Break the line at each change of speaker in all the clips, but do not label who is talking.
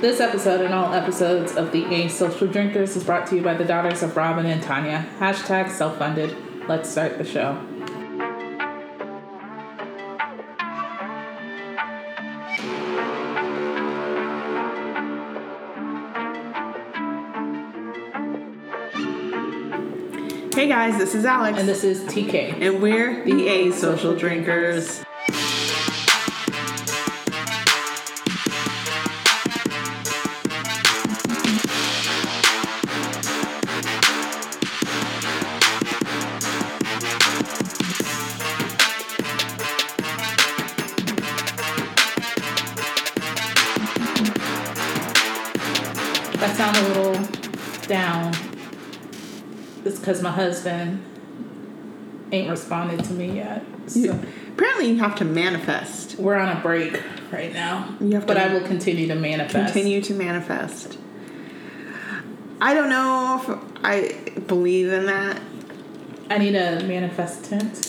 This episode and all episodes of the A Social Drinkers is brought to you by the daughters of Robin and Tanya. Hashtag self funded. Let's start the show.
Hey guys, this is Alex.
And this is TK.
And we're the A Social Drinkers.
That sound a little down. It's because my husband ain't responded to me yet. So
Apparently, you have to manifest.
we're on a break right now.
You have to
but I will continue to manifest.
Continue to manifest. I don't know if I believe in that.
I need a manifestant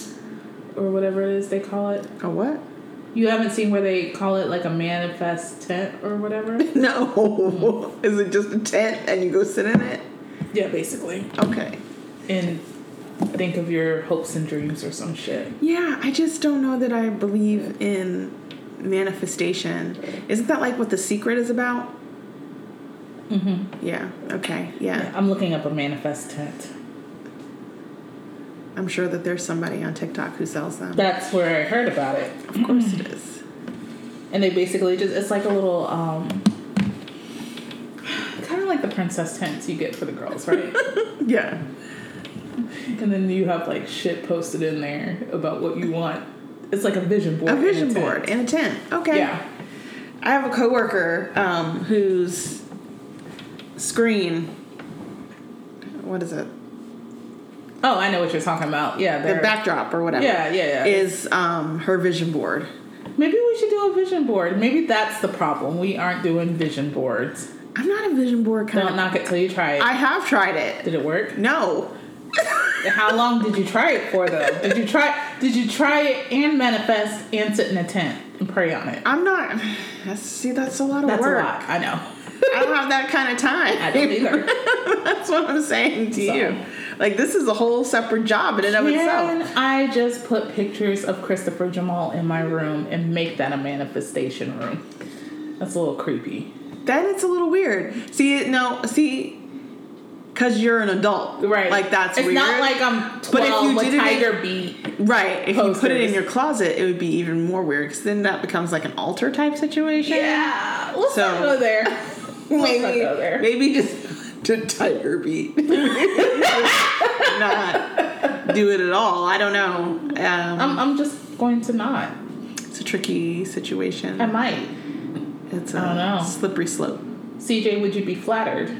or whatever it is they call it.
A what?
You haven't seen where they call it like a manifest tent or whatever?
No. Is it just a tent and you go sit in it?
yeah, basically.
Okay.
And think of your hopes and dreams or some shit.
Yeah, I just don't know that I believe in manifestation. Isn't that like what The Secret is about?
Mm-hmm.
Yeah. Okay. yeah.
I'm looking up a manifest tent.
I'm sure that there's somebody on TikTok who sells them.
That's where I heard about it.
Of course it is.
And they basically just, it's like a little, um, kind of like the princess tents you get for the girls, right?
Yeah.
and then you have like shit posted in there about what you want. It's like a vision board.
A
in
vision
tent.
board in a tent. Okay.
Yeah.
I have a coworker um, whose screen. What is it?
Oh, I know what you're talking about. Yeah.
The
they're-
backdrop or whatever.
Yeah, yeah, yeah.
Is um, her vision board.
Maybe we should do a vision board. Maybe that's the problem. We aren't doing vision boards.
I'm not a vision board kind
Don't
of.
knock it till you try it.
I have tried it.
did it work?
No.
How long did you try it for though? Did you try did you try it and manifest and sit in a tent and pray on it?
I'm not. That's, see, that's a lot of
That's
work.
a lot. I know.
I don't have that kind of time.
I don't either.
That's what I'm saying to
So-
you. Like this is a whole separate job in and of
Can
itself.
I just put pictures of Christopher Jamal in my room and make that a manifestation room? That's a little creepy.
Then it's a little weird. See, no, see, because you're an adult,
Right.
Like that's
it's
weird.
not like I'm 12
But if you
with
didn't make-
Tiger Beat.
right. If you put it in
posters.
your closet, it would be even more weird. Because then that becomes like an altar type situation.
Yeah. Let's
So-
not go there. Let's not
Maybe,
go there.
maybe just to tiger beat. not do it at all. I don't know. Um,
I'm, I'm just going to not.
it's a tricky situation.
I might.
it's a
um, I don't know.
slippery slope.
CJ, would you be flattered?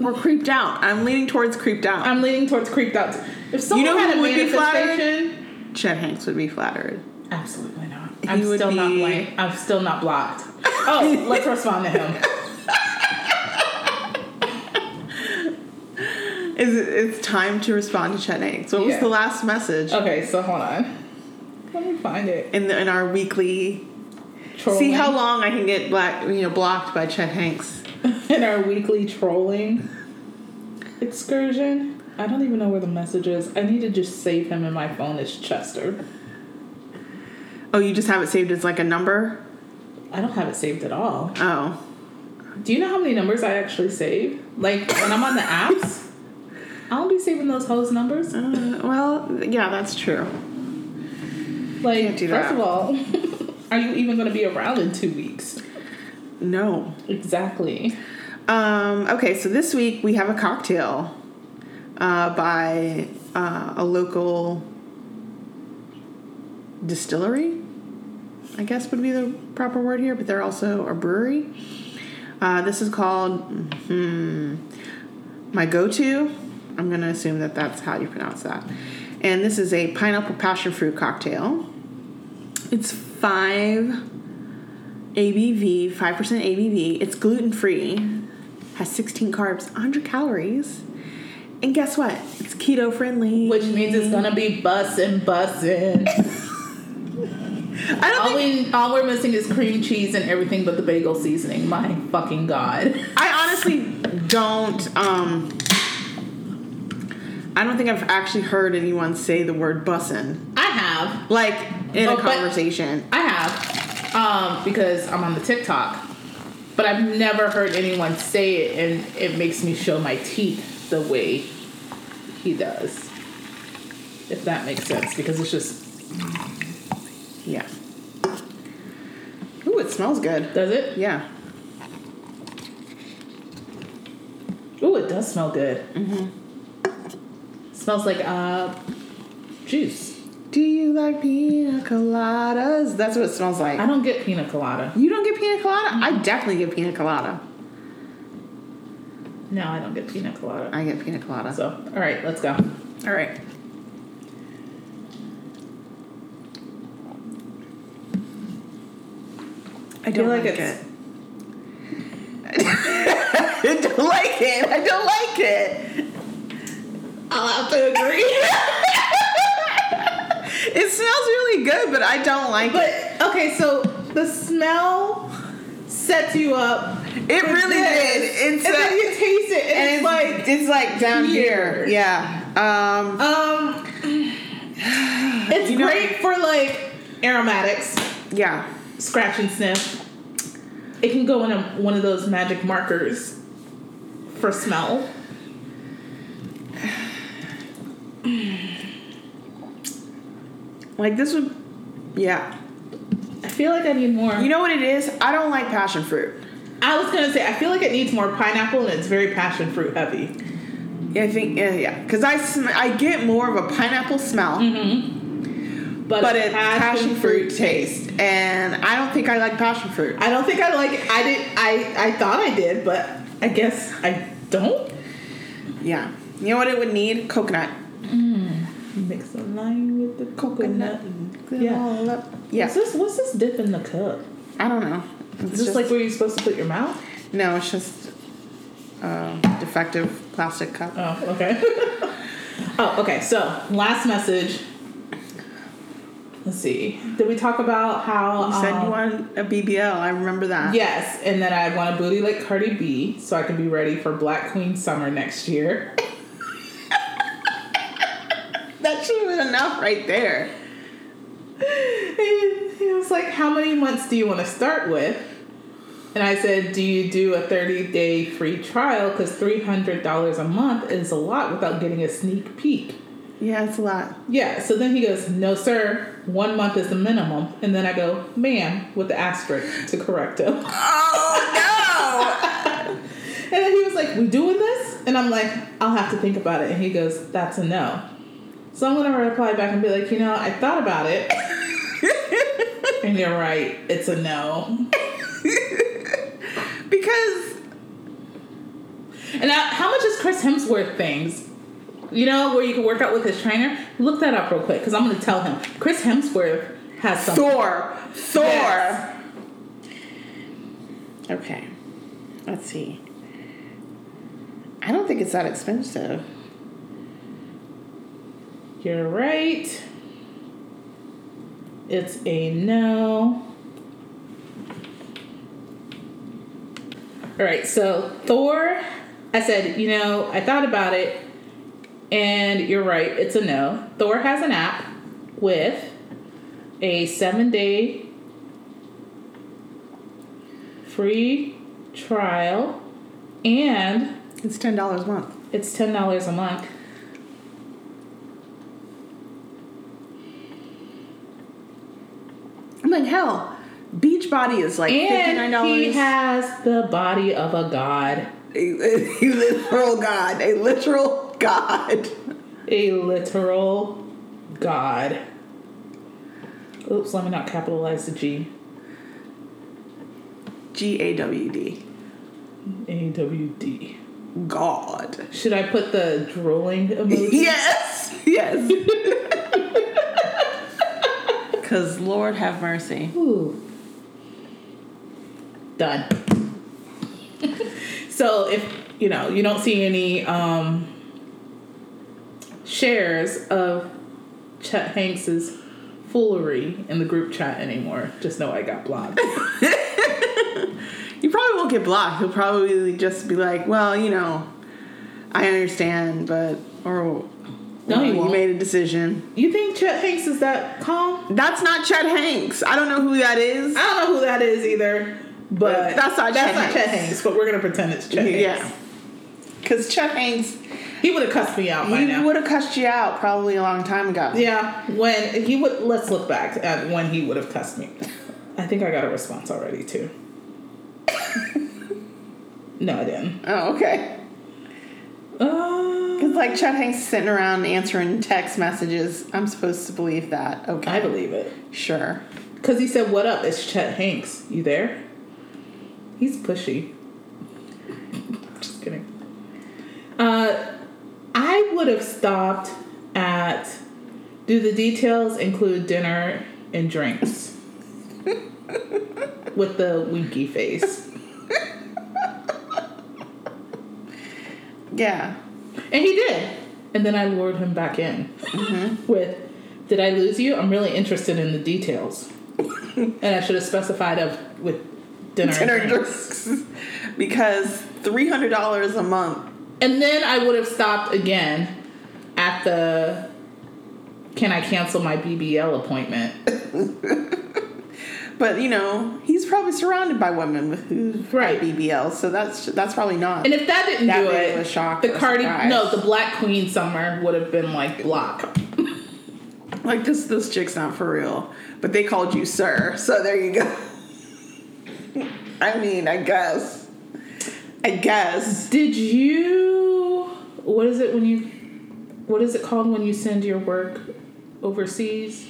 We're creeped out. I'm leaning towards creeped out.
I'm leaning towards creeped out. If someone
know
had
who
a
would be flattered?
manifestation,
Chet Hanks would be flattered.
absolutely not. I'm
He would
still not
be-
blank. I'm still not blocked. Oh, let's respond to him.
Is it, it's time to respond to Chet Hanks. What was
Yeah.
the last message
Okay, so hold on. Let me find it.
in the, in our weekly?
Trolling.
See how long I can get black you know blocked by Chet Hanks.
in our weekly trolling excursion. I don't even know where the message is. I need to just save him in my phone as Chester.
Oh, you just have it saved as like a number.
I don't have it saved at all.
Oh,
Do you know how many numbers I actually save? Like when I'm on the apps, I don't be saving those hoes numbers.
uh, well, yeah, that's true.
Like,
Can't do
first of
that.
all, are you even going to be around in two weeks?
No.
Exactly.
Um, okay, so this week we have a cocktail uh, by uh, a local distillery, I guess would be the proper word here, but they're also a brewery. Uh, this is called hmm, My Go To. I'm going to assume that that's how you pronounce that. And this is a pineapple passion fruit cocktail. It's five ABV, 5% ABV. It's gluten free, has 16 carbs, 100 calories. And guess what? It's keto friendly.
Which means it's going to be bussin', bussin'.
I don't
all,
think
we, all we're missing is cream cheese and everything but the bagel seasoning. My fucking god.
I honestly don't. Um, I don't think I've actually heard anyone say the word bussin
I have.
like in
Oh,
a
but-
conversation.
I have, um, because I'm on the TikTok. But I've never heard anyone say it, and it makes me show my teeth the way he does. If that makes sense, because it's just
yeah. Ooh, it smells good.
does it?
Yeah.
Ooh, it does smell good. Mm-hmm.
Mm-hmm.
Smells like uh, juice.
Do you like pina coladas? That's what it smells like.
I don't get pina colada.
you don't get pina colada? I definitely get pina colada.
No, I don't get pina colada.
I get pina colada.
So, all right, let's go.
All right. I
don't like it.
I don't like it. I don't like it.
I'll have to agree.
It smells really good, but I don't like it.
but uh, okay, so the smell sets you up.
It
for
really
this,
did.
and
It's
then
a-
you taste it, and,
And
it's like,
it's like down
here.
here. Yeah. Um,
um, it's
You know-
great for like aromatics,
yeah.
scratch and sniff. It can go in a, one of those magic markers for smell.
Like this would. Yeah.
I feel like I need more.
You know what it is? I don't like passion fruit.
I was gonna say I feel like it needs more pineapple, and it's very passion fruit heavy.
Yeah, I think yeah, yeah. Because I sm- I get more of a pineapple smell,
But,
Mm-hmm. but
a
it's passion, fruit taste, and I don't think I like passion fruit.
I don't think I like. I did. I I thought I did, but I guess I don't.
Yeah. You know what it would need? Coconut.
Mix the lime with the coconut.
Yeah.
Yeah. What's
Yeah.
this? What's this dip in the cup?
I don't know. It's
Is this like where you're supposed to put your mouth?
no, it's just uh, defective plastic cup.
Oh, okay. oh, okay. So last message. Let's see. Did we talk about how
you said
um,
you wanted a BBL. I remember that.
Yes, and then I want a booty like Cardi B so I can be ready for Black Queen summer next year.
That should have been enough right there.
he he was like, How many months do you want to start with? And I said, Do you do a 30 day free trial? Because $300 a month is a lot without getting a sneak peek.
Yeah, it's a lot.
Yeah, so then he goes, No, sir, one month is the minimum. And then I go, Ma'am, with the asterisk to correct him.
Oh
And then he was like, We doing this? And I'm like, I'll have to think about it. And he goes, That's a no. So I'm gonna reply back and be like, you know, I thought about it. and you're right, it's a no.
no! because
And I, how much is Chris Hemsworth things? You know, where you can work out with his trainer? Look that up real quick, because I'm going to tell him. Chris Hemsworth has some.
Thor. Thor.
Yes.
Okay. Let's see. I don't think it's that expensive.
You're right. It's a no. All right, so Thor, I said, you know, I thought about it, and you're right, it's a no. Thor has an app with a seven day free trial, and
It's ten dollars a month.
it's ten dollars a month.
I'm like, hell, Beachbody is like fifty nine
And he
dollars.
has the body of a god,
a literal god. A literal god.
a literal god. Oops, let me not capitalize the G.
G A W D.
A W D.
God.
Should I put the drooling emoji?
Yes. Yes. Cause Lord have mercy.
Ooh. Done. so if you know you don't see any um, shares of Chet Hanks's foolery in the group chat anymore. Just know I got blocked.
You probably won't get blocked. He'll probably just be like, well, you know, I understand, but, or,
No, he
you
won't.
made a decision.
you think Chet Hanks is that calm?
That's not Chet Hanks. I don't know who that is.
I don't know who that is either, but
That's not
that's
Chet
not
Hanks.
Chet Hanks. But we're gonna pretend it's Chet Hanks.
Yeah. Because Chet Hanks,
He would have cussed me out by
he
now.
would have cussed you out probably a long time ago.
Yeah, when he would let's look back at when he would have cussed me. I think I got a response already too. no, I didn't.
Oh, okay.
Uh,
Because, like, Chet Hanks is sitting around answering text messages. I'm supposed to believe that. Okay.
I believe it
Sure.
because he said, "What up?" It's Chet Hanks. You there? He's pushy. Just kidding. Uh, I would have stopped at. Do the details include dinner and drinks? With the winky face.
Yeah.
And he did. And then I lured him back in with, Did I lose you? I'm really interested in the details. and I should have specified of with dinner. and
Dinner
drinks.
drinks. because $300 a month.
And then I would have stopped again at the Can I cancel my BBL appointment?
But, you know, he's probably surrounded by women with who
Right.
BBL, so that's that's probably not.
And if that didn't
That
do
really
it,
was shock
the
or
Cardi,
surprise.
no, the Black Queen Summer would have been like block.
like, this, this chick's not for real. But they called you sir, so there you go. I mean, I guess. I guess.
Did you? What is it when you? What is it called when you send your work overseas?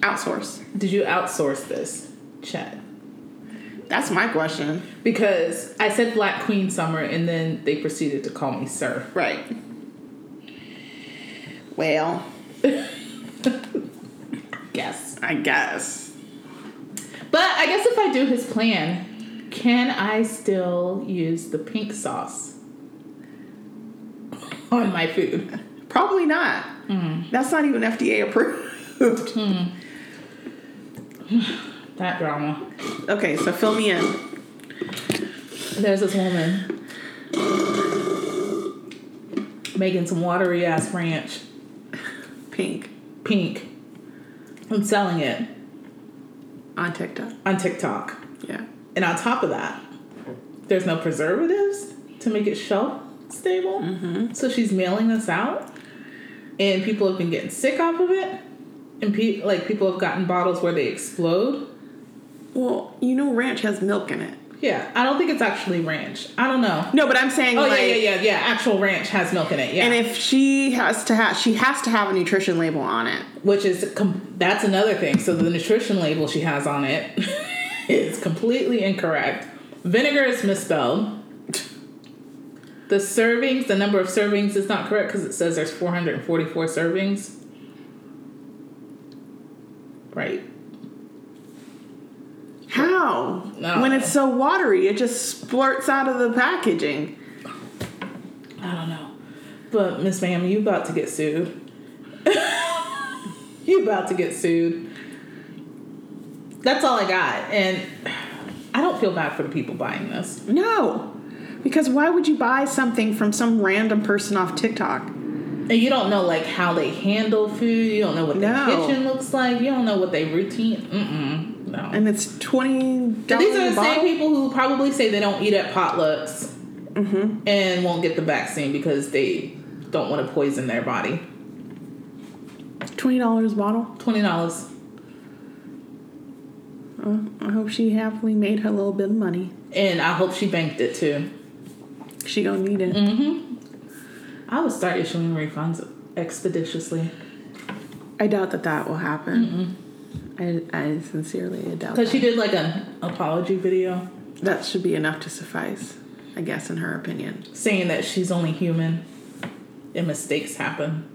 Outsource.
Did you outsource this, Chad?
That's my question.
Because I said Black Queen Summer, and then they proceeded to call me Sir.
Right. Well,
Yes.
I guess.
But I guess if I do his plan, can I still use the pink sauce on my food?
Probably not. That's not even FDA approved.
That drama.
Okay, so fill me in.
There's this woman making some watery ass ranch.
Pink
pink and selling it
on TikTok.
on TikTok.
Yeah.
And on top of that, there's no preservatives to make it shelf stable.
Mm-hmm.
So she's mailing this out, and people have been getting sick off of it. And pe- like people have gotten bottles where they explode.
Well, you know, ranch has milk in it.
Yeah, I don't think it's actually ranch. I don't know.
No, but I'm saying
Oh
like,
yeah, yeah, yeah, yeah. Actual ranch has milk in it. Yeah,
and if she has to have, she has to have a nutrition label on it.
which is com- that's another thing. So the nutrition label she has on it is completely incorrect. Vinegar is misspelled. The servings, the number of servings is not correct because it says there's 444 servings. Right.
How?
No.
When it's so watery, it just splurts out of the packaging.
I don't know. But Miss Ma'am, you about to get sued. you about to get sued. That's all I got. And I don't feel bad for the people buying this.
No, because why would you buy something from some random person off TikTok?
And you don't know like how they handle food. You don't know what their
No.
kitchen looks like. You don't know what they routine. Mm-mm, no.
and it's twenty dollars.
These are the same people who probably say they don't eat at potlucks
Mm-hmm.
and won't get the vaccine because they don't want to poison their body.
Twenty dollars a bottle.
Twenty dollars.
Uh, I hope she happily made her little bit of money.
And I hope she banked it too.
She gonna need it.
Mm-hmm. I would start issuing refunds expeditiously.
I doubt that that will happen. I, I sincerely doubt
Because
that.
she did like an apology video
that should be enough to suffice. I guess in her opinion.
saying that she's only human and mistakes happen.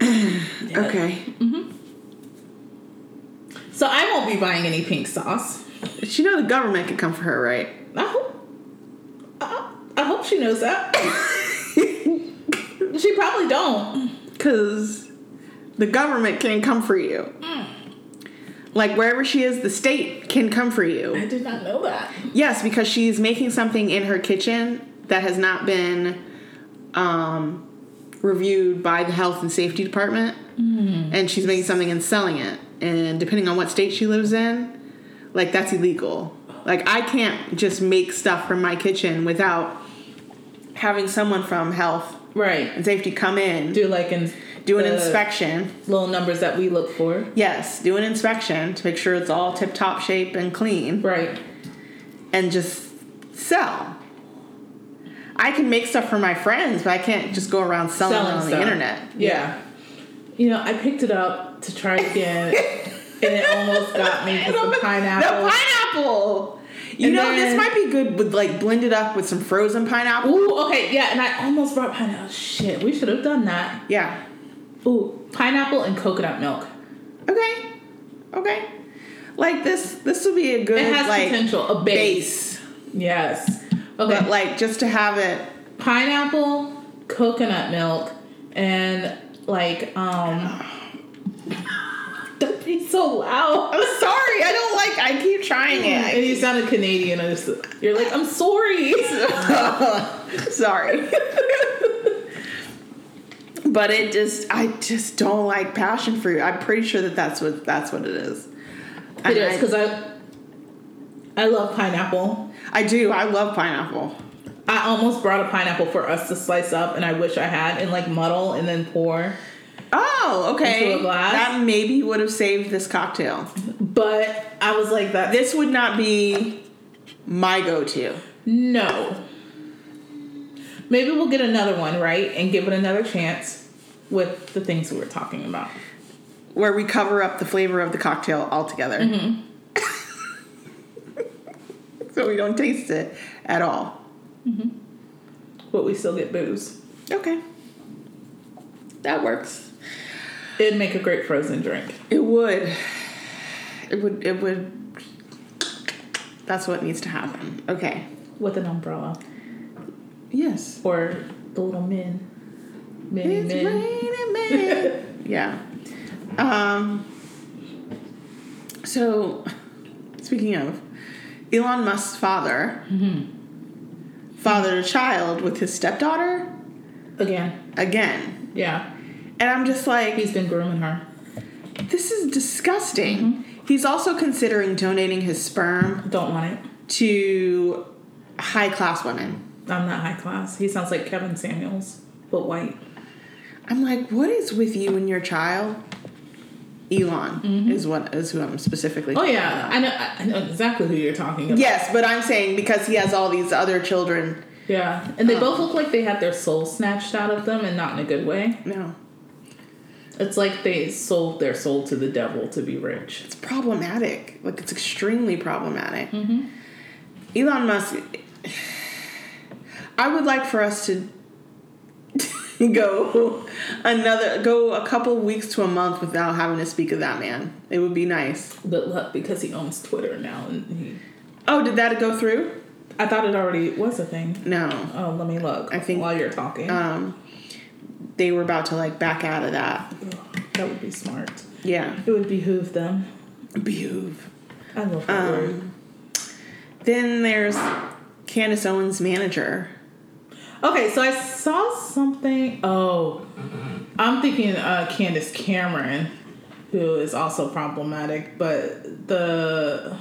Yeah.
Okay.
So I won't be buying any pink sauce.
She know the government could come for her, right?
I hope. I, I hope she knows that. she probably don't.
because the government can come for you. Like wherever she is, the state can come for you.
I did not know that.
Yes, because she's making something in her kitchen that has not been um, reviewed by the health and safety department, and she's making something and selling it. And depending on what state she lives in, like that's illegal. Like I can't just make stuff from my kitchen without having someone from health
Right.
and safety come in, do,
Do like in
an
the
inspection.
Little numbers that we look for.
Yes, do an inspection to make sure it's all tip top shape and clean
Right.
and just sell. I can make stuff for my friends, but I can't just go around selling, it on
stuff.
the internet.
Yeah. You know, I picked it up to try again, and it almost got me because the pineapple.
The pineapple! You
And
know,
then-
this might be good with like blended up with some frozen pineapple.
Ooh, okay, yeah, and I almost brought pineapple. Shit, we should have done that.
Yeah.
Ooh, pineapple and coconut milk.
Okay. Okay. Like this this would be a good
It has
like
potential. A base.
base.
Yes.
But
Okay.
like just to have it
Pineapple, coconut milk, and like um. Don't be so loud.
I'm sorry, I don't like I keep trying it. I
And you sounded Canadian. I just, you're like, I'm sorry.
Sorry. but it just I just don't like passion fruit. I'm pretty sure that that's what that's what it is.
It
And
is
I-
because I I love pineapple.
I, do. I love pineapple.
I almost brought a pineapple for us to slice up, and I wish I had, and like muddle and then pour.
Oh, okay.
Into a glass?
That maybe would have saved this cocktail.
But I was like that.
This would not be my go-to.
No. Maybe we'll get another one right and give it another chance with the things we were talking about.
Where we cover up the flavor of the cocktail altogether.
Mm-hmm.
so we don't taste it at all.
But we still get booze.
Okay. That works.
It'd make a great frozen drink.
It would. It would. It would. That's what needs to happen. Okay.
With an umbrella.
Yes.
Or the little men. Mini
It's
men.
raining men. yeah. Um. So, speaking of Elon Musk's father, fathered a child with his stepdaughter
Again.
again,
Yeah.
and I'm just like,
He's been grooming her.
this is disgusting. He's also considering donating his sperm
Don't want it.
to high class women.
I'm not high class. He sounds like Kevin Samuels, but white.
I'm like, what is with you and your child? Elon is what is who I'm specifically.
Mm-hmm. Oh yeah, I know. I know exactly who you're talking about.
Yes, but I'm saying because he has all these other children.
yeah. And they both look like they had their soul snatched out of them, and not in a good way.
No,
It's like they sold their soul to the devil to be rich.
it's problematic. Like it's extremely problematic.
Mm-hmm.
Elon Musk. I would like for us to go another go a couple weeks to a month without having to speak of that man. It would be nice.
Good luck because he owns Twitter now, and he.
Oh, did that go through?
I thought it already was a thing.
No.
Oh, let me look.
I think-
while you're talking,
um, they were about to like back out of that.
that would be smart.
Yeah,
It would behoove them.
behoove.
I love that
Um,
word.
Then there's Candace Owens' manager.
Okay, so I saw something. Oh, I'm thinking uh, Candace Cameron, who is also problematic, but the.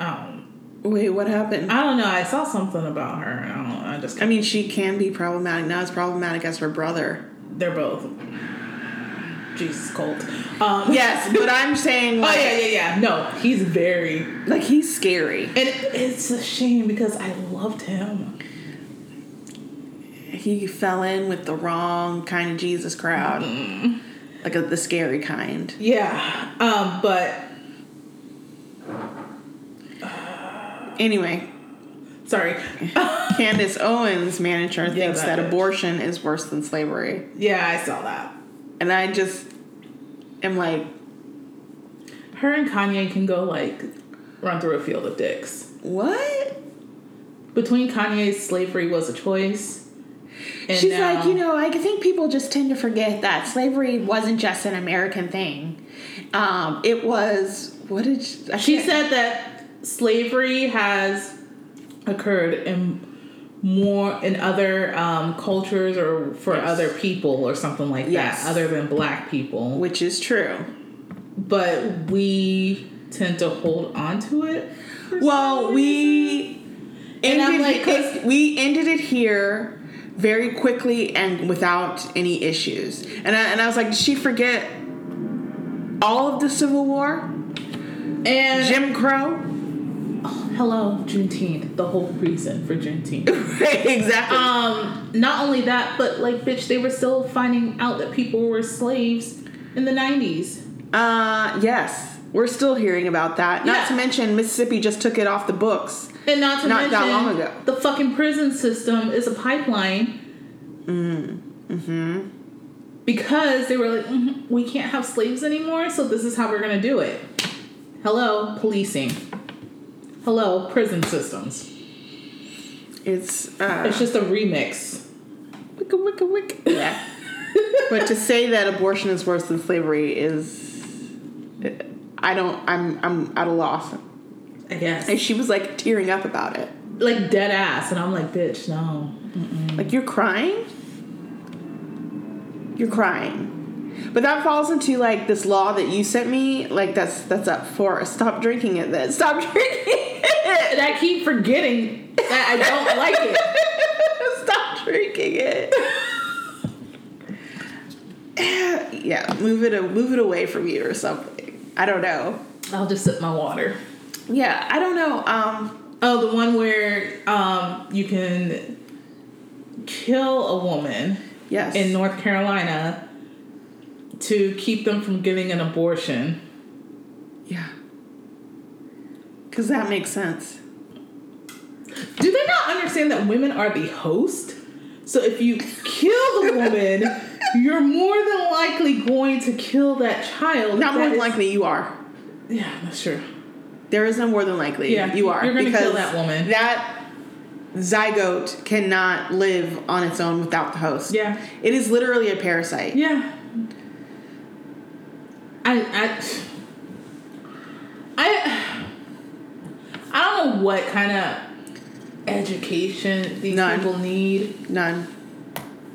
I don't,
Wait, what happened? I,
I don't know. I saw something about her. I don't. I just.
mean, she can be problematic, not as problematic as her brother.
They're both. Jesus, cold. Um,
Yes, but I'm saying
Oh
like,
yeah, yeah, yeah. No, he's very, and
like he's scary.
it's a shame because I loved him.
He fell in with the wrong kind of Jesus crowd,
Mm.
like a, the scary kind.
Yeah. Um, but
Anyway,
sorry.
Candace Owens' manager thinks
that
that
bitch.
abortion is worse than slavery,
Yeah, I saw that.
and I just am like,
Her and Kanye can go like run through a field of dicks.
what?
Between Kanye's slavery was a choice And um,
She's
now-
like, you know, I think people just tend to forget that slavery wasn't just an American thing. Um, it was what did she, I
She
can't-
said that slavery has occurred in more in other um, cultures or for
Yes.
other people or something like
Yes.
that, other than black people.
which is true.
But we tend to hold on to it.
Well, we
And I'm
ended
like, 'cause-
it, we ended it here very quickly and without any issues. And I, and I was like, did she forget all of the Civil War,
And Oh,
Jim Crow?
hello, Juneteenth, the whole reason for Juneteenth.
exactly.
Um, not only that, but like, bitch, they were still finding out that people were slaves in the 90s.
Uh, yes, we're still hearing about that. Not
Yeah.
to mention Mississippi just took it off the books.
And not to
Not
mention,
that long ago.
the fucking prison system is a pipeline. Mm. Mm-hmm.
Mm, mm-hmm.
Because they were like, "Mhm, we can't have slaves anymore, so this is how we're gonna do it. Hello, policing. Hello, prison systems.
It's uh,
It's just a remix.
wicka wicka wick. Yeah. but to say that abortion is worse than slavery is, I don't. I'm I'm at a loss.
I guess.
And she was like tearing up about it.
Like dead ass, and I'm like, bitch, no.
Like, you're crying? You're crying. But that falls into like this law that you sent me. Like that's that's up for stop drinking it. Then stop drinking
And
it.
I keep forgetting that I don't like it.
stop drinking it. yeah, move it move it away from you or something. I don't know.
I'll just sip my water.
Yeah, I don't know. Um,
Oh, the one where um, you can kill a woman
yes.
in North Carolina to keep them from getting an abortion.
yeah. Cause that makes sense.
Do they not understand that women are the host? So if you kill the woman, you're more than likely going to kill that child.
Not more
That
than
is-
likely you are.
Yeah, that's true.
There is no more than likely.
Yeah,
you are.
you're gonna
because
kill that woman.
That zygote cannot live on its own without the host.
Yeah.
It is literally a parasite.
Yeah. I I I I don't know what kind of education these
None.
people need.
None.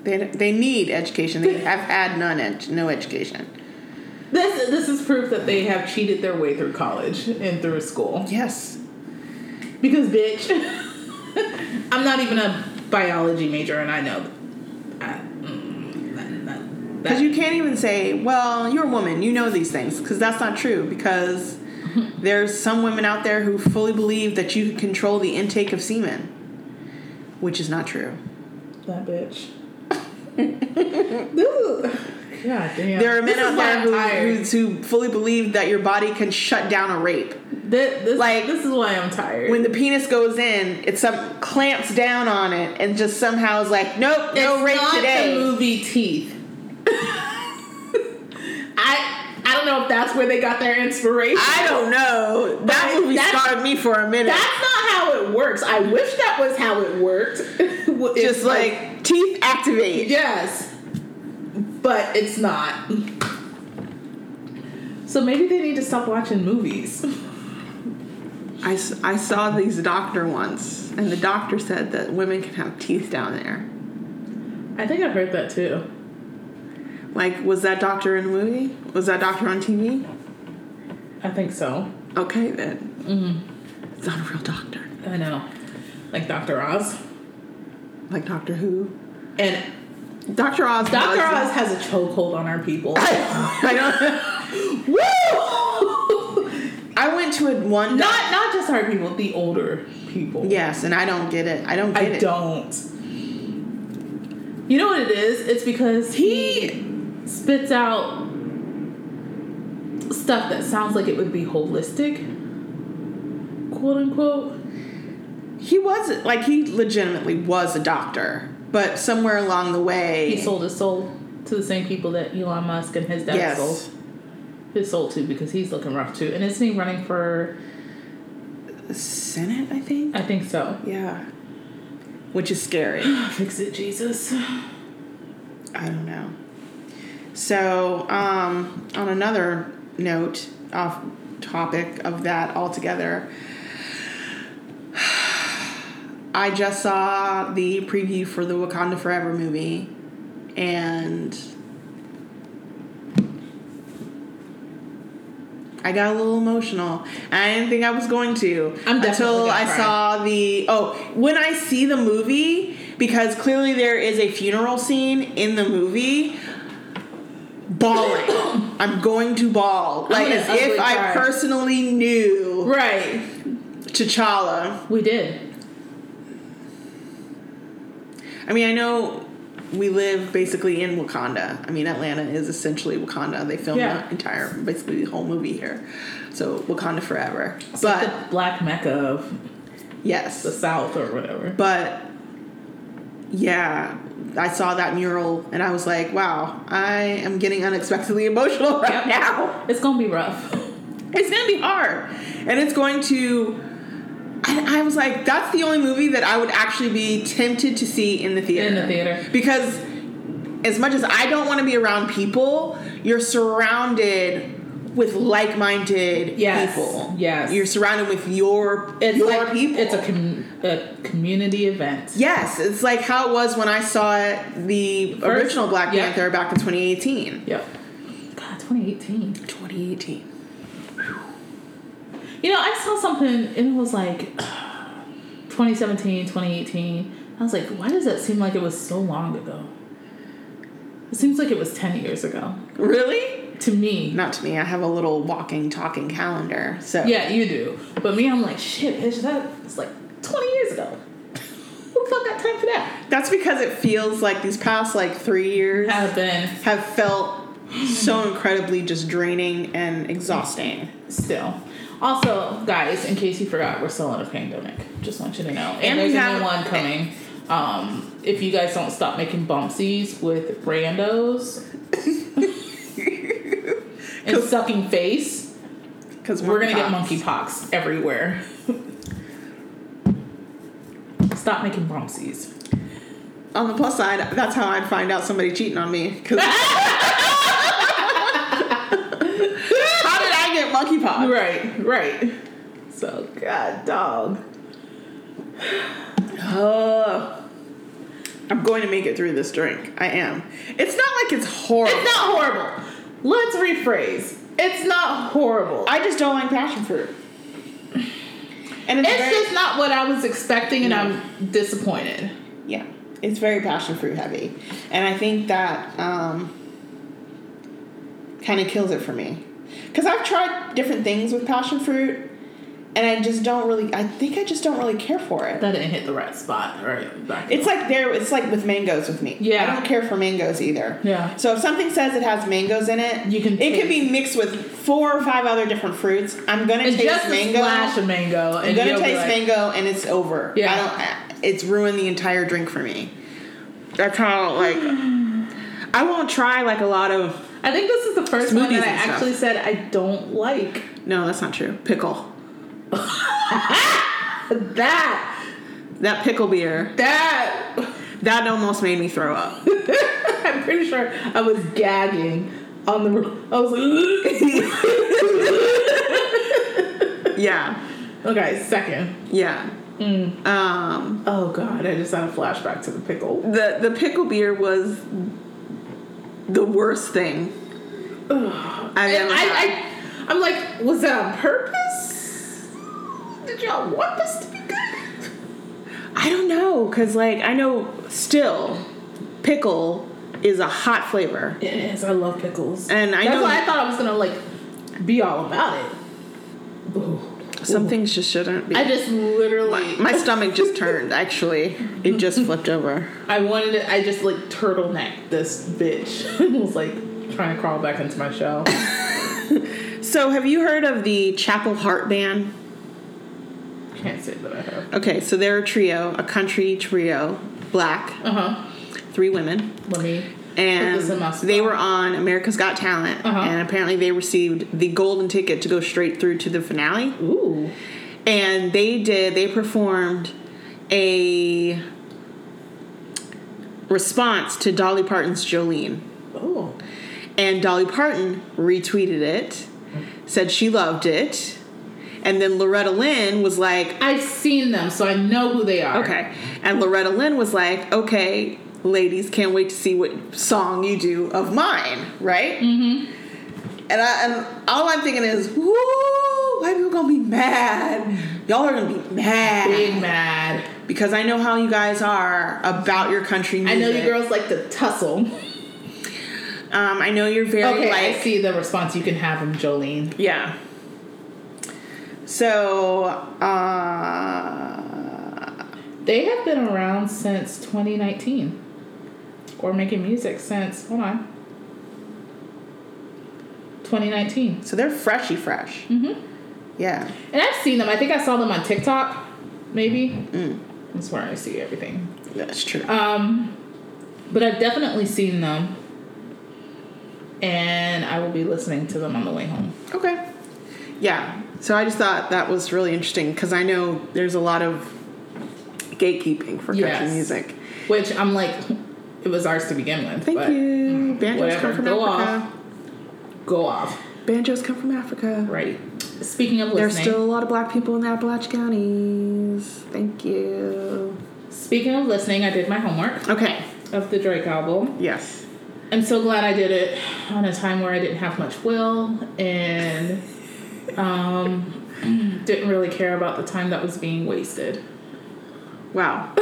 They, they need education. They have had none. Ed- no education.
This this is proof that they have cheated their way through college and through school.
Yes.
Because bitch, I'm not even a biology major, and I know. I, mm, that- that- that-
Because you can't even say, well, you're a woman. You know these things. Because that's not true. Because there's some women out there who fully believe that you can control the intake of semen, which is not true.
That bitch. this is, God damn.
There are men
This is
out
why
there
I'm
who,
tired.
who, who fully believe that your body can shut down a rape.
Th- this,
Like-
this is why I'm tired.
When the penis goes in, it some clamps down on it and just somehow is like, nope,
it's
no rape
not the
today.
movie Teeth. I I don't know if that's where they got their inspiration.
I don't know. That
But
movie
that's-
scarred me for a minute.
that's not how it works. I wish that was how it worked. It's
Just like, teeth activate.
yes, but it's not. So maybe they need to stop watching movies.
I, s- I saw these doctor once, and the doctor said that women can have teeth down there.
I think I've heard that too.
Like, was that doctor in a movie? Was that doctor on TV?
I think so.
Okay, then. Mm. It's not a real doctor.
I know, like Dr. Oz
Like Doctor Who.
and
Dr. Oz.
Dr.
was-
Oz has a chokehold on our people.
I don't.
Woo!
I went to a one.
not not just our people, the older people.
yes, and I don't get it. I don't get
I
it.
don't. You know what it is? It's because he spits out stuff that sounds like it would be holistic, quote unquote.
He was like he legitimately was a doctor, but somewhere along the way,
He sold his soul to the same people that Elon Musk and his dad
yes,
sold his soul to because he's looking rough too. And isn't he running for?
Senate, I think.
I think so.
Yeah,
Uh, which is scary.
Fix it, Jesus.
I don't know. So, um, on another note, off topic of that altogether, I just saw the preview for the Wakanda Forever movie, and I got a little emotional. I didn't think I was going to
I'm definitely
until
gonna
I
cry.
saw the oh when I see the movie because clearly there is a funeral scene in the movie. Bawling, I'm going to bawl like
gonna
as if
ugly
I
cry.
personally knew
Right.
T'Challa.
We did.
I mean, I know we live basically in Wakanda. I mean, Atlanta is essentially Wakanda. They filmed
Yeah.
the entire, basically the whole movie here. So Wakanda forever.
It's like
but
the black mecca of the
yes,
South or whatever.
but yeah, I saw that mural and I was like, wow, I am getting unexpectedly emotional right
Yep.
now.
It's gonna be rough.
It's gonna be hard, and it's going to. I, I was like, that's the only movie that I would actually be tempted to see in the theater.
In the theater.
because as much as I don't want to be around people, you're surrounded with like-minded
Yes,
people.
yes.
you're surrounded with your
It's
your
like
people.
it's a, com- a community event.
yes, it's like how it was when I saw it, the
First-
original Black
yeah.
Panther back in 2018.
Yep. God, 2018.
2018.
You know, I saw something and it was like 2017, 2018. I was like, why does that seem like it was so long ago? It seems like it was 10 years ago
Really?
to me.
Not to me. I have a little walking, talking calendar. So
Yeah, you do. But me, I'm like, shit, bitch, that was like 20 years ago. Who the fuck got time for that?
That's because it feels like these past like three years
Have been
have felt so incredibly just draining and exhausting.
still. Also, guys, in case you forgot, we're still in a pandemic. Just want you to know.
And
And,
we
there's a
have-
new one coming. Um, if you guys don't stop making bumpsies with randos and sucking face,
Because
we're gonna get monkeypox everywhere. stop making bumpsies.
On the plus side, that's how I'd find out somebody cheating on me. 'cause- how did I get monkeypox?
Right, right. So, god dog.
Ugh. I'm going to make it through this drink. I am. It's not like it's horrible.
It's not horrible. Let's rephrase. It's not horrible.
I just don't like passion fruit. And it's,
It's
very-
just not what I was expecting, and I'm disappointed.
Yeah, it's very passion fruit heavy, and I think that um, kind of kills it for me. Because I've tried different things with passion fruit, and I just don't really. I think I just don't really care for it.
That didn't hit the right spot, right? Back
It's like there. It's like with mangoes with me.
Yeah.
I don't care for mangoes either.
Yeah.
So if something says it has mangoes in it,
You can
It
taste-
could be mixed with four or five other different fruits. I'm gonna
and
taste
just
mango.
a splash of mango.
I'm
And
gonna
you'll be
taste
like,
mango and it's over.
Yeah.
I don't. I- It's ruined the entire drink for me. That's how like. I won't try like a lot of.
I think this is the first one
Smoothies
that I
and stuff.
actually said I don't like.
No, that's not true. Pickle.
That
That pickle beer.
that
That almost made me throw up.
I'm pretty sure I was gagging on the. I was like,
yeah.
okay, second.
Yeah.
Mm.
Um.
Oh god, I just had a flashback to the pickle.
The the pickle beer was the worst thing. I've
And
ever had.
I, I, I'm like, was that on purpose? Did y'all want this to be good?
I don't know, cause like I know still, pickle is a hot flavor.
It is. I love pickles.
And I
That's
know-
why I thought I was gonna like be all about it. Ooh.
Some things just shouldn't be.
I just literally
My stomach just turned, actually. It just flipped over.
I wanted it I just like turtleneck this bitch. I was like trying to crawl back into my shell.
So, have you heard of the Chapel Heart Band?
Can't say that I have.
Okay, so they're a trio, a country trio, black,
Uh-huh.
three women.
Let me
And
Put this in my spot.
they were on America's Got Talent,
Uh-huh.
and apparently they received the golden ticket to go straight through to the finale.
Ooh.
And they did, they performed a response to Dolly Parton's Jolene.
Oh.
And Dolly Parton retweeted it, said she loved it. And then Loretta Lynn was like,
I've seen them, so I know who they are.
okay. And Loretta Lynn was like, okay, ladies, can't wait to see what song you do of mine, right? Mm-hmm. And, I, and all I'm thinking is, woo, white people gonna be mad. Y'all are gonna be mad.
Big mad.
Because I know how you guys are about your country
I
music.
know you girls like to tussle.
Um, I know you're very
Okay,
like.
I see the response you can have from Jolene.
Yeah. So, uh,
They have been around since 2019, or making music since hold on, 2019.
so they're freshy fresh.
Mhm.
Yeah.
And I've seen them. I think I saw them on TikTok, maybe.
Mm.
That's where I see everything.
That's true.
Um, but I've definitely seen them, and I will be listening to them on the way home.
Okay. Yeah. So I just thought that was really interesting because I know there's a lot of gatekeeping for
Yes.
country music.
Which I'm like, it was ours to begin with.
Thank
but
you. Banjos
whatever.
come from
Go
Africa.
Go off.
Banjos come from Africa.
Right. Speaking of
There's
listening,
still a lot of black people in the Appalachian counties. Thank you.
speaking of listening, I did my homework
Okay.
of the Drake album.
Yes.
I'm so glad I did it on a time where I didn't have much will and um, didn't really care about the time that was being wasted.
Wow.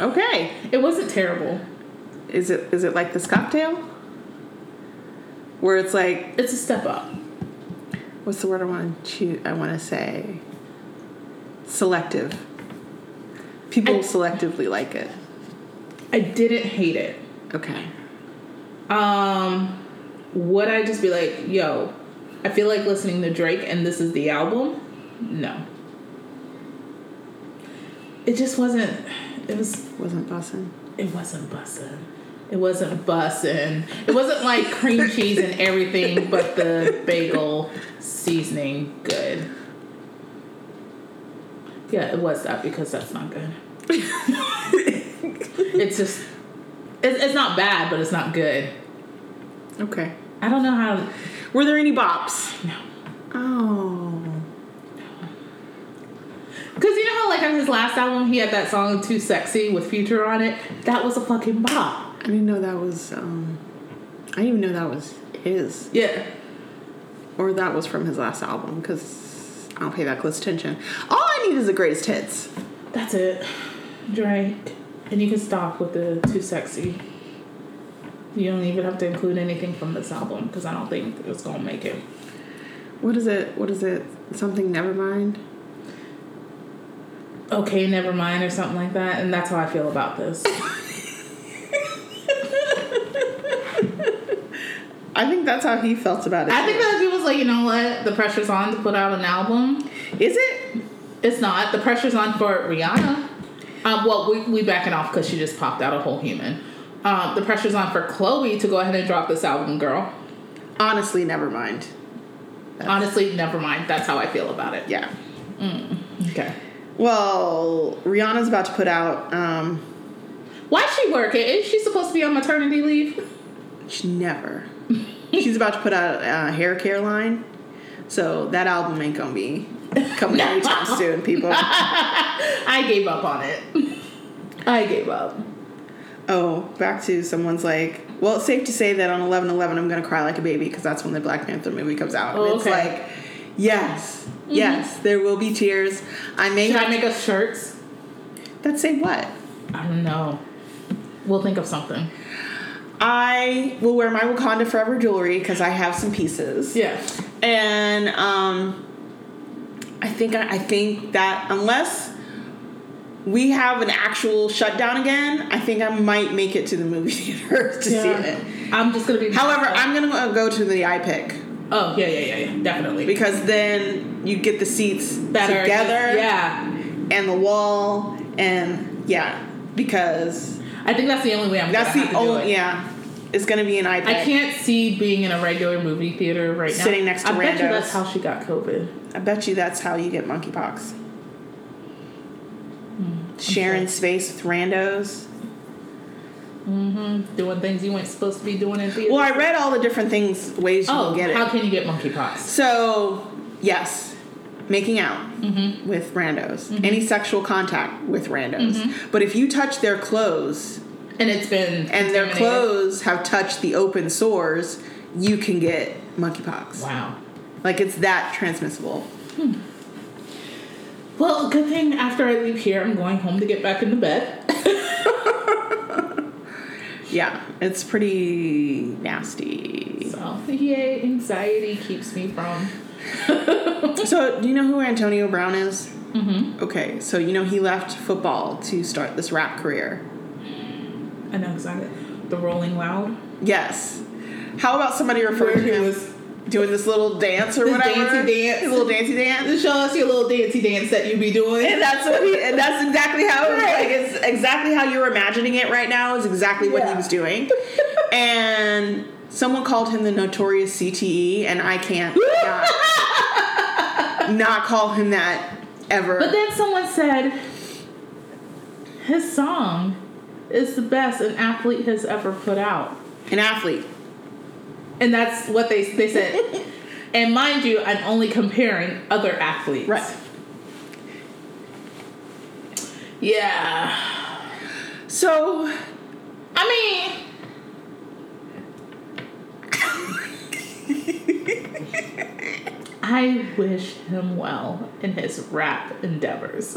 okay.
It wasn't terrible.
Is it is it like this cocktail? Where it's like,
It's a step up.
what's the word I want to choose? I want to say selective. People
I-
selectively like it.
I didn't hate it.
Okay.
Um, would I just be like, yo, I feel like listening to Drake and this is the album? No. It just wasn't, it was
Wasn't bussin'.
It wasn't bussin'. It wasn't bussin'. It wasn't like cream cheese and everything, but the bagel seasoning good. Yeah, it was that because that's not good. it's just, it's, it's not bad, but it's not good.
Okay.
I don't know how.
Were there any bops?
No.
Oh.
Because you know how, like, on his last album, he had that song Too Sexy with Future on it? That was a fucking bop.
I didn't know that was um I didn't even know that was his
Yeah.
or that was from his last album cuz I don't pay that close attention. All I need is the greatest hits.
That's it. Drake. And you can stop with the too sexy. You don't even have to include anything from this album because I don't think it's gonna make it.
What is it? What is it? Something never mind.
Okay, never mind, or something like that. And that's how I feel about this.
I think that's how he felt about it.
I think that people's like, you know what? The pressure's on to put out an album.
Is it?
It's not. The pressure's on for Rihanna. Um, well, we we backing off because she just popped out a whole human. Um, the pressure's on for Chloe to go ahead and drop this album, girl.
Honestly, never mind.
Honestly, never mind. That's how I feel about it.
Yeah.
Okay.
Well, Rihanna's about to put out um
Why is she working? Is she supposed to be on maternity leave?
she never. She's about to put out a hair care line. So that album ain't gonna be coming anytime soon, people.
I gave up on it. I gave up.
Oh, back to someone's like, well, it's safe to say that on 11 11, I'm going to cry like a baby because that's when the Black Panther movie comes out.
Oh,
and it's
okay. Mm-hmm.
like, yes, yes, there will be tears. I may
Should I
have.
make us shirts?
that say what?
I don't know. We'll think of something.
I will wear my Wakanda Forever jewelry because I have some pieces.
Yeah.
And um, I think I think that unless we have an actual shutdown again, I think I might make it to the movie theater to see it.
I'm just gonna be.
However, I'm gonna go to the iPick
Oh yeah, yeah, yeah, yeah. Definitely.
because then you get the seats
That are-
together
yeah.
and the wall and yeah, because
I think that's the only way I'm.
that's
gonna have
the
to do
only
it.
yeah. It's gonna be an iPick.
I can't see being in a regular movie theater right now.
Sitting next to
I bet you
randos.
that's how she got COVID.
I bet you that's how you get monkeypox.
Hmm.
Sharing space with randos.
Mm-hmm. Doing things you weren't supposed to be doing in theater.
Well, I read all the different things ways you
oh,
can get it.
how can you get monkeypox?
So, yes, making out
Mm-hmm.
with randos, any sexual contact with randos.
Mm-hmm.
But if you touch their clothes
And it's been
and their
contaminated.
clothes have touched the open sores, you can get monkeypox.
Wow.
Like it's that transmissible.
Well, good thing after I leave here, I'm going home to get back into bed.
Yeah, it's pretty nasty.
So, yay! Anxiety keeps me from.
So, do you know who Antonio Brown is? Mm-hmm. Okay, so you know he left football to start this rap career.
I know exactly. The Rolling Loud.
Yes. How about somebody referring
Where
to
he
him
was-
doing this little dance or
This
whatever?
dancey dance.
His little dancey dance.
Show us your little dancey dance that you be doing.
And that's what he, and that's exactly how it was
Right.
like it's exactly how you're imagining it right now is exactly what he
Yeah.
was doing. and someone called him the notorious CTE and I can't not, not call him that ever.
But then someone said his song is the best an athlete has ever put out.
An athlete.
And that's what they they said. and mind you, I'm only comparing other athletes.
Right.
Yeah.
So
I mean I wish him well in his rap endeavors.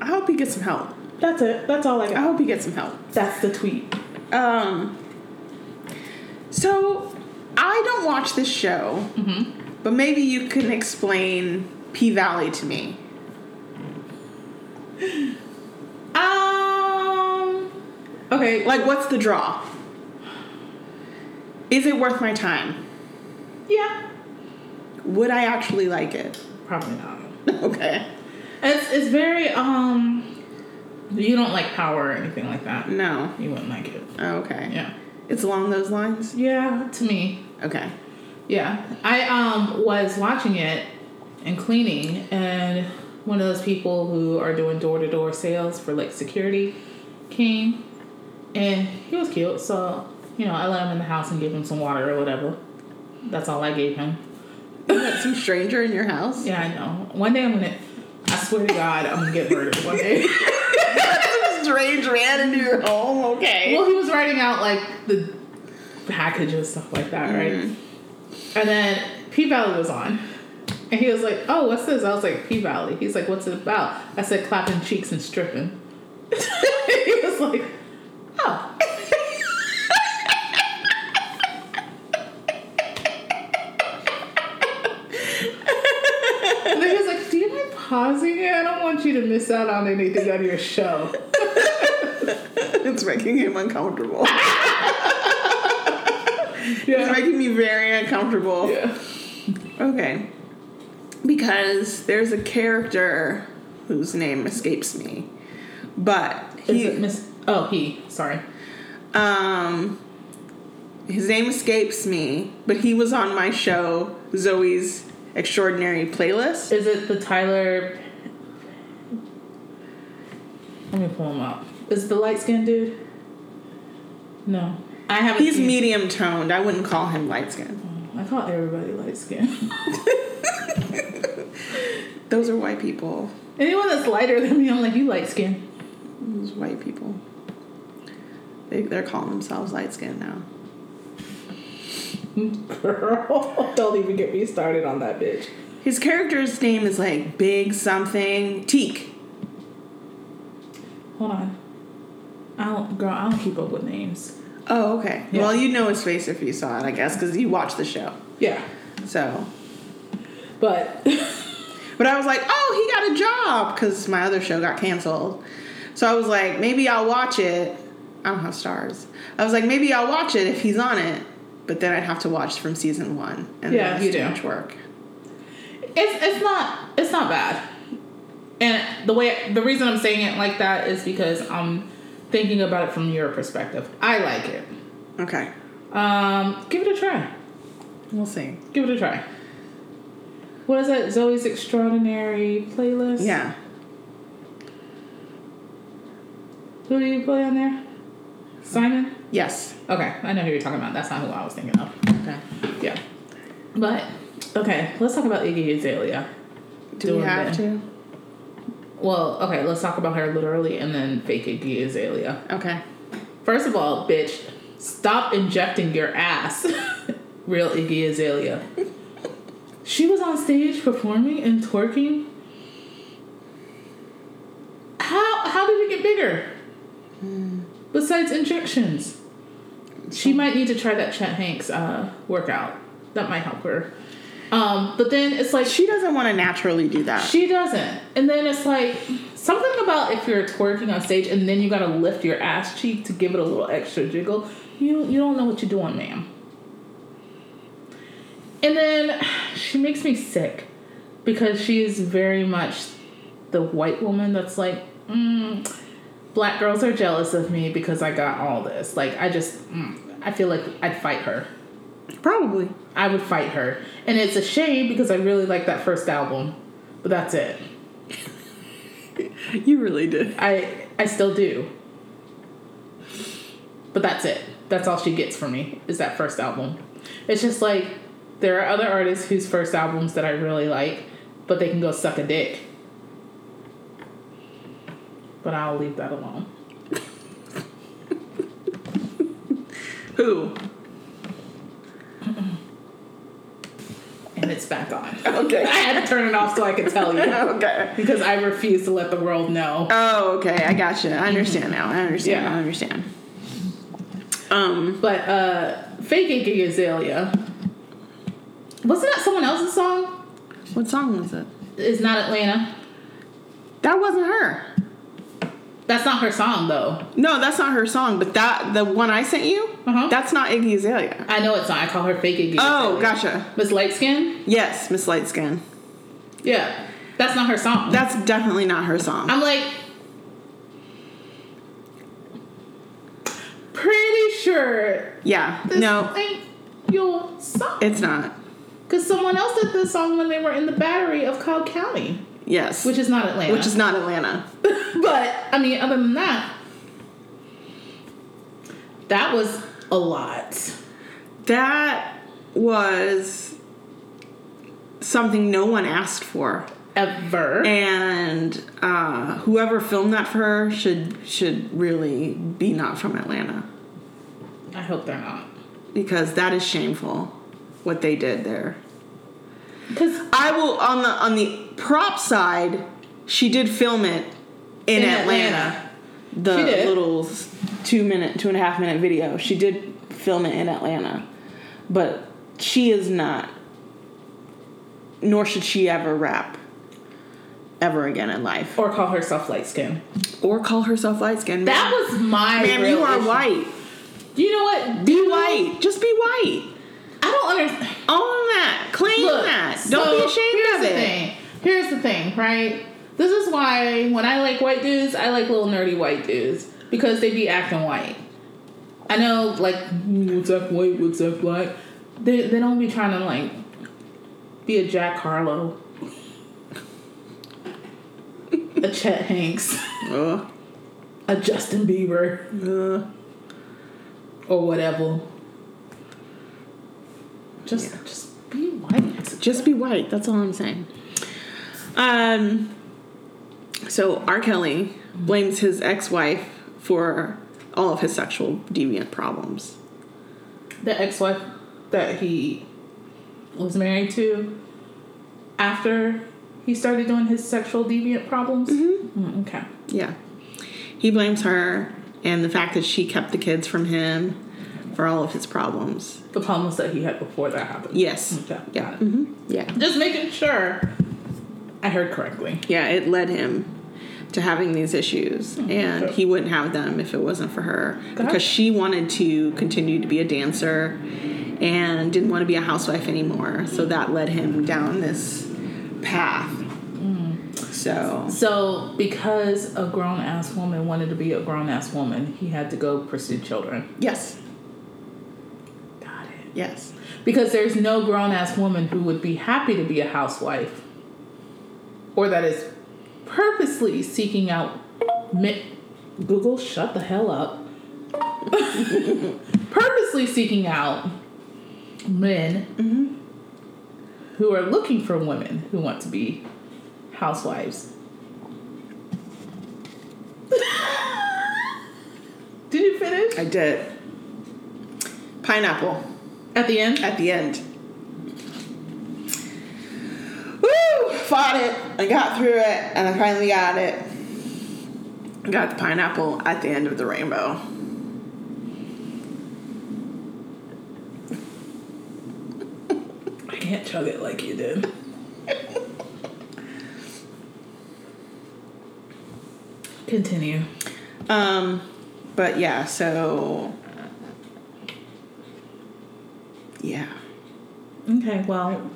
I hope he gets some help.
That's it. That's all I
I
got.
hope he gets some help.
That's the tweet.
Um, so I don't watch this show,
Mm-hmm.
but maybe you can explain P Valley to me.
Um. Okay. Like,
Like, what's the draw? Is it worth my time?
yeah.
Would I actually like it?
Probably not.
Okay.
It's it's very um. You don't like power or anything like that.
No. Oh,
You wouldn't like it.
Okay.
Yeah.
It's along those lines?
Yeah. To me.
Okay.
Yeah. I um was watching it and cleaning and one of those people who are doing door to door sales for like security came and he was cute so you know I let him in the house and gave him some water or whatever. That's all I gave him.
You got some stranger in your house?
Yeah, I know. One day I'm gonna. I swear to God, I'm gonna get murdered one day.
Some strange ran into your home? Okay.
well, he was writing out like the packages and stuff like that, right? And then P Valley was on, and he was like, "Oh, what's this?" I was like, "P Valley." He's like, "What's it about?" I said, "Clapping cheeks and stripping." he was like, "Oh." And then he was like, Do you mind pausing it? I don't want you to miss out on anything on your show.
It's making him uncomfortable. It's
Yeah.
making me very uncomfortable.
Yeah.
Okay. Because there's a character whose name escapes me. But
Is
he
it Miss? Oh, he. Sorry.
um his name escapes me, but he was on my show, Zoe's Extraordinary Playlist.
Is it the Tyler? Let me pull him up. Is it the light skinned dude? No, I haven't.
He's
seen-
medium toned. I wouldn't call him light skinned.
I thought everybody light skinned.
Those are white people.
Anyone that's lighter than me, I'm like you light skinned.
Those white people. They, they're calling themselves light skinned now.
Girl, don't even get me started on that bitch.
His character's name is like Big Something Teak.
Hold on. I don't, girl. I don't keep up with names.
Oh, okay.
Yeah.
Well, you'd know his face if you saw it, I guess, because you watched the show.
Yeah,
So,
but
but I was like, oh, he got a job because my other show got canceled. So I was like, maybe I'll watch it. I don't have stars. I was like, maybe I'll watch it if he's on it, but then I'd have to watch from season one, and
Yeah,
that's
you
too
do.
much work.
it's it's not it's not bad and the way the reason i'm saying it like that is because i'm thinking about it from your perspective i like it
Okay,
um give it a try
we'll see.
give it a try what is that zoe's extraordinary playlist
Yeah.
Who do you play on there? Simon?
Yes.
Okay, I know who you're talking about. That's not who I was thinking of.
Okay.
Yeah. But, okay, let's talk about Iggy Azalea.
Do
doing
we have
that.
to?
Well, okay, let's talk about her literally and then fake Iggy Azalea.
Okay.
First of all, bitch, stop injecting your ass. Real Iggy Azalea. she was on stage performing and twerking. How how did it get bigger? Besides injections, she might need to try that Chet Hanks uh, workout. That might help her. Um, but then it's like
She doesn't want to naturally do that.
she doesn't. And then it's like something about if you're twerking on stage and then you gotta lift your ass cheek to give it a little extra jiggle. You you don't know what you're doing, ma'am. And then she makes me sick because she is very much the white woman that's like, mm, black girls are jealous of me because I got all this. Like I just, mm, I feel like I'd fight her.
Probably.
I would fight her. And it's a shame because I really like that first album. But that's it.
You really did.
I I still do. But that's it. That's all she gets from me is that first album. It's just like there are other artists whose first albums that I really like, but they can go suck a dick. But I'll leave that alone.
Who?
And it's back on. I
Okay.
had to turn it off so I could tell you
okay.
because I refuse to let the world know.
Oh, okay. I gotcha. I understand now. I understand.
Yeah.
I understand. Um.
But uh fake Iggy Azalea. Wasn't that someone else's song?
What song was it?
It's not Atlanta.
That wasn't her.
That's not her song though.
No, that's not her song. But that the one I sent you.
Uh-huh.
That's not Iggy Azalea.
I know it's not. I call her fake Iggy.
Oh,
Azalea.
gotcha.
Miss Light Skin?
Yes, Miss Lightskin.
Yeah. That's not her song.
That's definitely not her song.
I'm like. Pretty sure
yeah.
this
no,
ain't your song.
it's not.
Because someone else did this song when they were in the battery of Cobb County,
Yes.
which is not Atlanta.
which is not Atlanta.
but, I mean, other than that, that was a lot.
That was something no one asked for,
Ever.
and uh, whoever filmed that for her should should really be not from Atlanta
I hope they're not.
because that is shameful what they did there.
Because
I will on the on the prop side, she did film it in,
In
Atlanta.
Atlanta.
The
She did.
little s- two minute, two and a half minute video. She did film it in Atlanta, but she is not. Nor should she ever rap, ever again in life,
or call herself light skin.
or call herself light skinned.
That was my.
ma'am,
real
you are
issue.
white.
You know what?
Be
Dude,
white. Just be white.
I don't understand.
Own that. Claim
Look,
that.
so
Don't be ashamed
here's
of
the
it.
Thing. Here's the thing, right? This is why when I like white dudes, I like little nerdy white dudes because they be acting white. I know, like, "Ooh, what's up, white? What's up, black? They they don't be trying to like be a Jack Harlow, a Chet Hanks,
Ugh.
a Justin Bieber,
Ugh.
or whatever. Just just be white.
Just be white. That's all I'm saying. Um. So R. Kelly blames his ex-wife for all of his sexual deviant problems.
the ex-wife that he was married to after he started doing his sexual deviant problems Mm, okay
Yeah, he blames her and the fact that she kept the kids from him for all of his problems.
the problems that he had before that happened
Yes.
okay
Yeah.
got it.
hmm Yeah.
just making sure i heard correctly
Yeah. It led him to having these issues, and he wouldn't have them if it wasn't for her
Gotcha.
because she wanted to continue to be a dancer and didn't want to be a housewife anymore. So that led him down this path. So
so because a grown-ass woman wanted to be a grown-ass woman he had to go pursue children
yes,
got it
yes,
because there's no grown-ass woman who would be happy to be a housewife or that is purposely seeking out mi- Google, shut the hell up. Purposely seeking out men who are looking for women who want to be housewives. Did you finish?
I did. Pineapple
At the end?
at the end. Woo! Fought it. I got through it, and I finally got it. Got the pineapple at the end of the rainbow.
I can't chug it like you did. Continue.
Um, but yeah, so yeah,
Okay, well,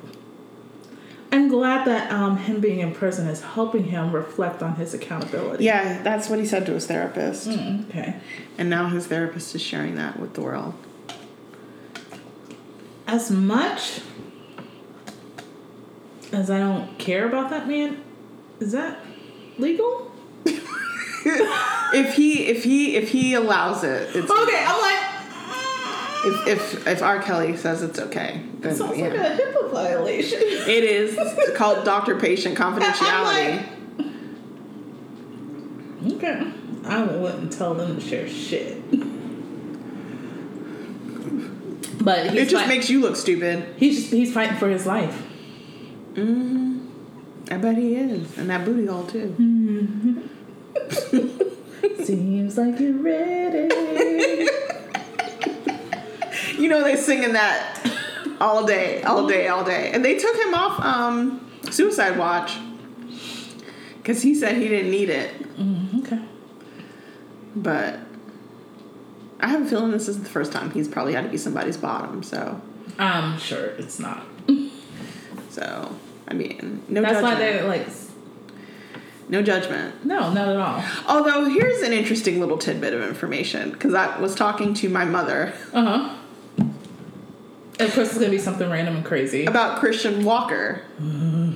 I'm glad that um, him being in prison is helping him reflect on his accountability.
yeah, that's what he said to his therapist,
Mm, okay.
and now his therapist is sharing that with the world.
As much as I don't care about that man, is that legal?
if he, if he, if he allows it, it's
Okay, I'm like,
If, if if R. Kelly says it's okay, then
sounds
yeah,
like a HIPAA violation.
it is It's called doctor-patient confidentiality.
Okay. I wouldn't tell them to share shit. But he's
it just
fight-
makes you look stupid.
he's just, he's fighting for his life.
Mm, I bet he is, and that booty hole too.
Seems like you're ready.
You know they singing that all day, all day, all day. And they took him off um, suicide watch because he said he didn't need it.
Mm, okay.
But I have a feeling this isn't the first time he's probably had to be somebody's bottom. So,
I'm sure it's not.
so I mean, no
That's why
judgment.
they're like, s-
no judgment.
no, not at all.
Although here's an interesting little tidbit of information because I was talking to my mother
Uh huh. Of course, it's gonna be something random and crazy.
about Christian Walker and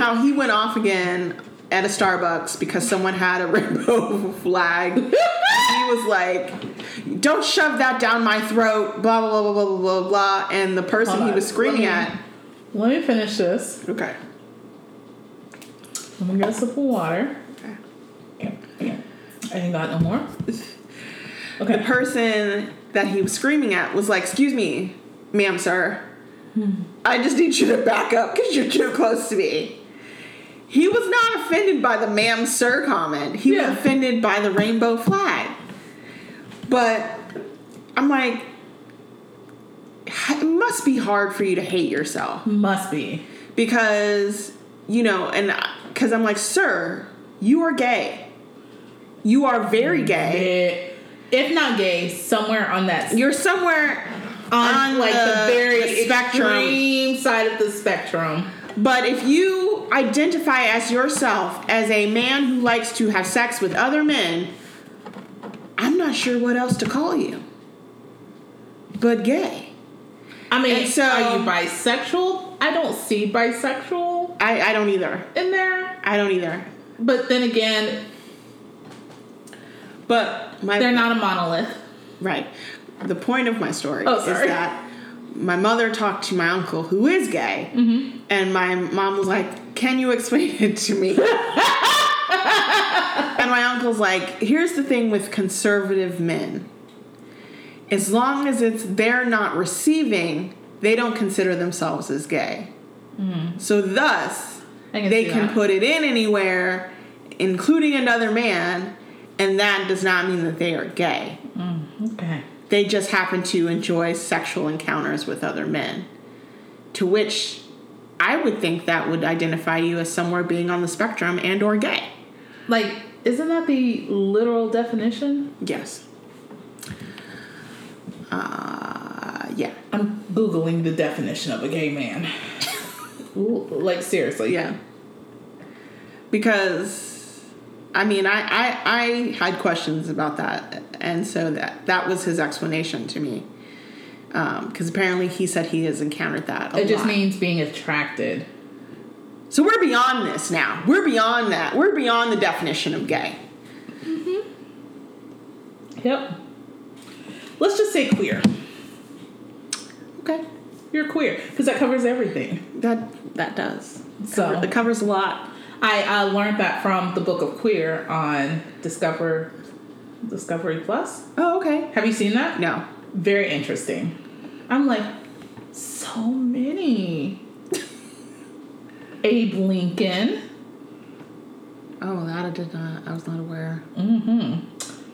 how he went off again at a Starbucks because someone had a rainbow flag. he was like, "Don't shove that down my throat." Blah blah blah blah blah blah blah. And the person
Hold
he
on,
was screaming
let
at.
Let me finish this.
Okay.
I'm gonna get a sip of water. I ain't got no more.
The
Okay.
person that he was screaming at was like, "Excuse me, ma'am, sir. I just need you to back up because you're too close to me." He was not offended by the ma'am sir comment. He
Yeah.
was offended by the rainbow flag. But I'm like, it must be hard for you to hate yourself
Must be.
because you know and because i'm like sir you are gay you are very
Eh,
gay
if not gay, somewhere on that
you're somewhere
on,
on
like the,
the-
very
the spectrum.
extreme side of the spectrum.
But if you identify as yourself as a man who likes to have sex with other men, I'm not sure what else to call you. But gay.
I mean,
And so-
are you bisexual? I don't see bisexual
I, I don't either.
in there,
I don't either.
but then again,
But my
they're not a monolith.
right. The point of my story
Oh,
is
sorry.
that my mother talked to my uncle who is gay,
Mm-hmm.
and my mom was like, "Can you explain it to me?" and my uncle's like, "Here's the thing with conservative men." as long as it's they're not receiving, they don't consider themselves as gay. So thus,
Mm-hmm. I can
they
see
can
that.
put it in anywhere, including another man, and that does not mean that they are gay.
Okay.
They just happen to enjoy sexual encounters with other men. To which I would think that would identify you as somewhere being on the spectrum and or gay.
Like, isn't that the literal definition?
Yes. Uh, yeah.
I'm googling the definition of a gay man. Ooh, like seriously.
Yeah. Because I mean I, I I had questions about that and so that that was his explanation to me. because apparently he said he has encountered that a
It just
lot.
means being attracted.
so we're beyond this now. We're beyond that. We're beyond the definition of gay.
Yep. Let's just say queer.
Okay.
You're queer because that covers everything.
That that does.
So-
Cover- it covers a lot.
I uh, learned that from the book of Queer on Discover Discovery Plus.
Oh, okay.
Have you seen that?
No.
Very interesting. I'm like, so many. Abe Lincoln.
Oh, that I did not. I was not aware.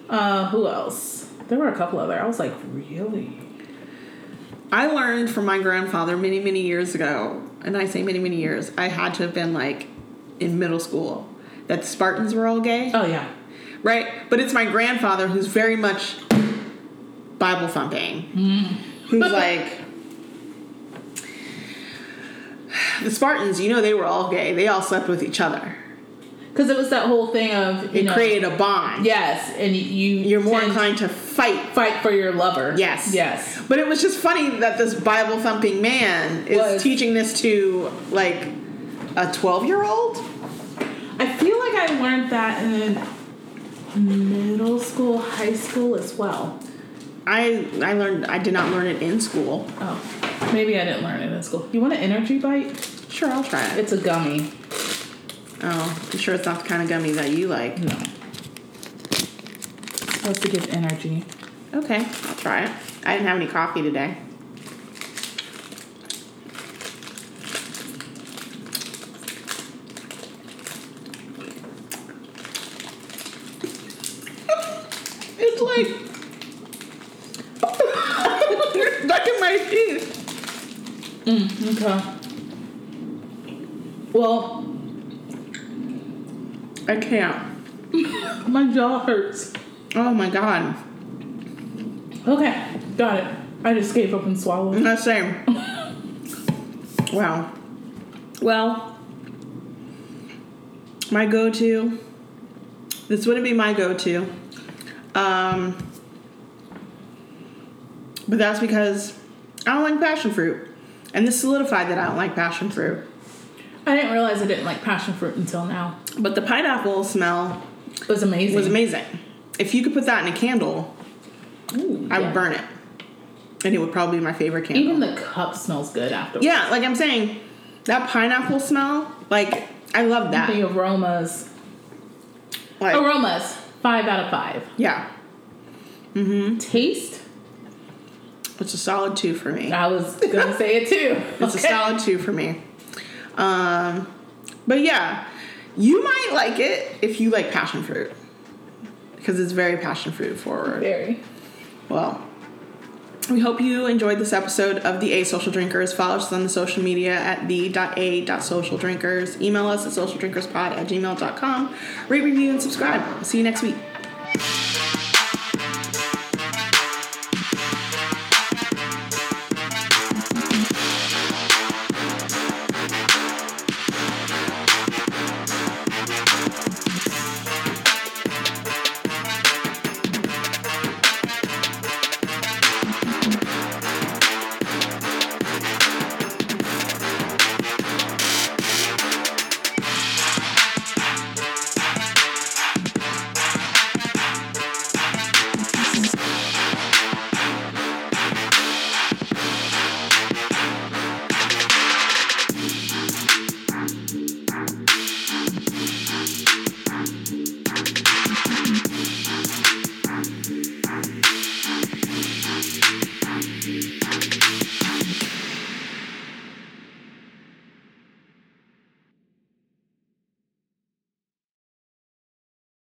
Uh, who else? There were a couple other. I was like, really?
I learned from my grandfather many, many years ago, and I say many, many years. I had to have been like in middle school that the Spartans were all gay,
Oh yeah.
right? But it's my grandfather who's very much Bible thumping,
Mm.
who's like. The Spartans, you know, they were all gay. They all slept with each other.
Because it was that whole thing of you
It
know,
created a bond.
Yes, and you
You're more
tend to
inclined to fight
fight for your lover.
Yes.
Yes.
But it was just funny that this Bible thumping man is
Was-
teaching this to like a 12 year old.
I feel like I learned that in middle school, high school as well.
I I learned I did not learn it in school.
Oh, maybe I didn't learn it in school. You want an energy bite?
Sure, I'll try it.
It's a gummy.
Oh, I'm sure it's not the kind of gummy that you like.
No. It's supposed to give energy.
Okay, I'll try it. I didn't have any coffee today.
It's like
You're stuck in my teeth.
Mm, okay. Well,
I can't.
my jaw hurts.
Oh my god.
Okay, got it. I just gave up and swallowed.
I'm not saying. Wow. Well, my go to, this wouldn't be my go to. Um, but that's because I don't like passion fruit. And this solidified that I don't like passion fruit.
I didn't realize I didn't like passion fruit until now.
But the pineapple smell
It was amazing.
was amazing. If you could put that in a candle,
Ooh,
I
yeah.
would burn it. And it would probably be my favorite candle.
Even the cup smells good afterwards.
Yeah, like I'm saying, that pineapple smell, like I love
The
that.
aromas.
Like,
Aromas. Five out of five.
yeah,
Taste.
it's a solid two for me.
I was gonna say it too.
It's a
Okay.
solid two for me. Um, but yeah, you might like it if you like passion fruit because it's very passion fruit forward.
Very.
Well, we hope you enjoyed this episode of the A Social Drinkers. Follow us on the social media at the.a.socialdrinkers. Email us at socialdrinkerspod at gmail.com. Rate, review, and subscribe. See you next week.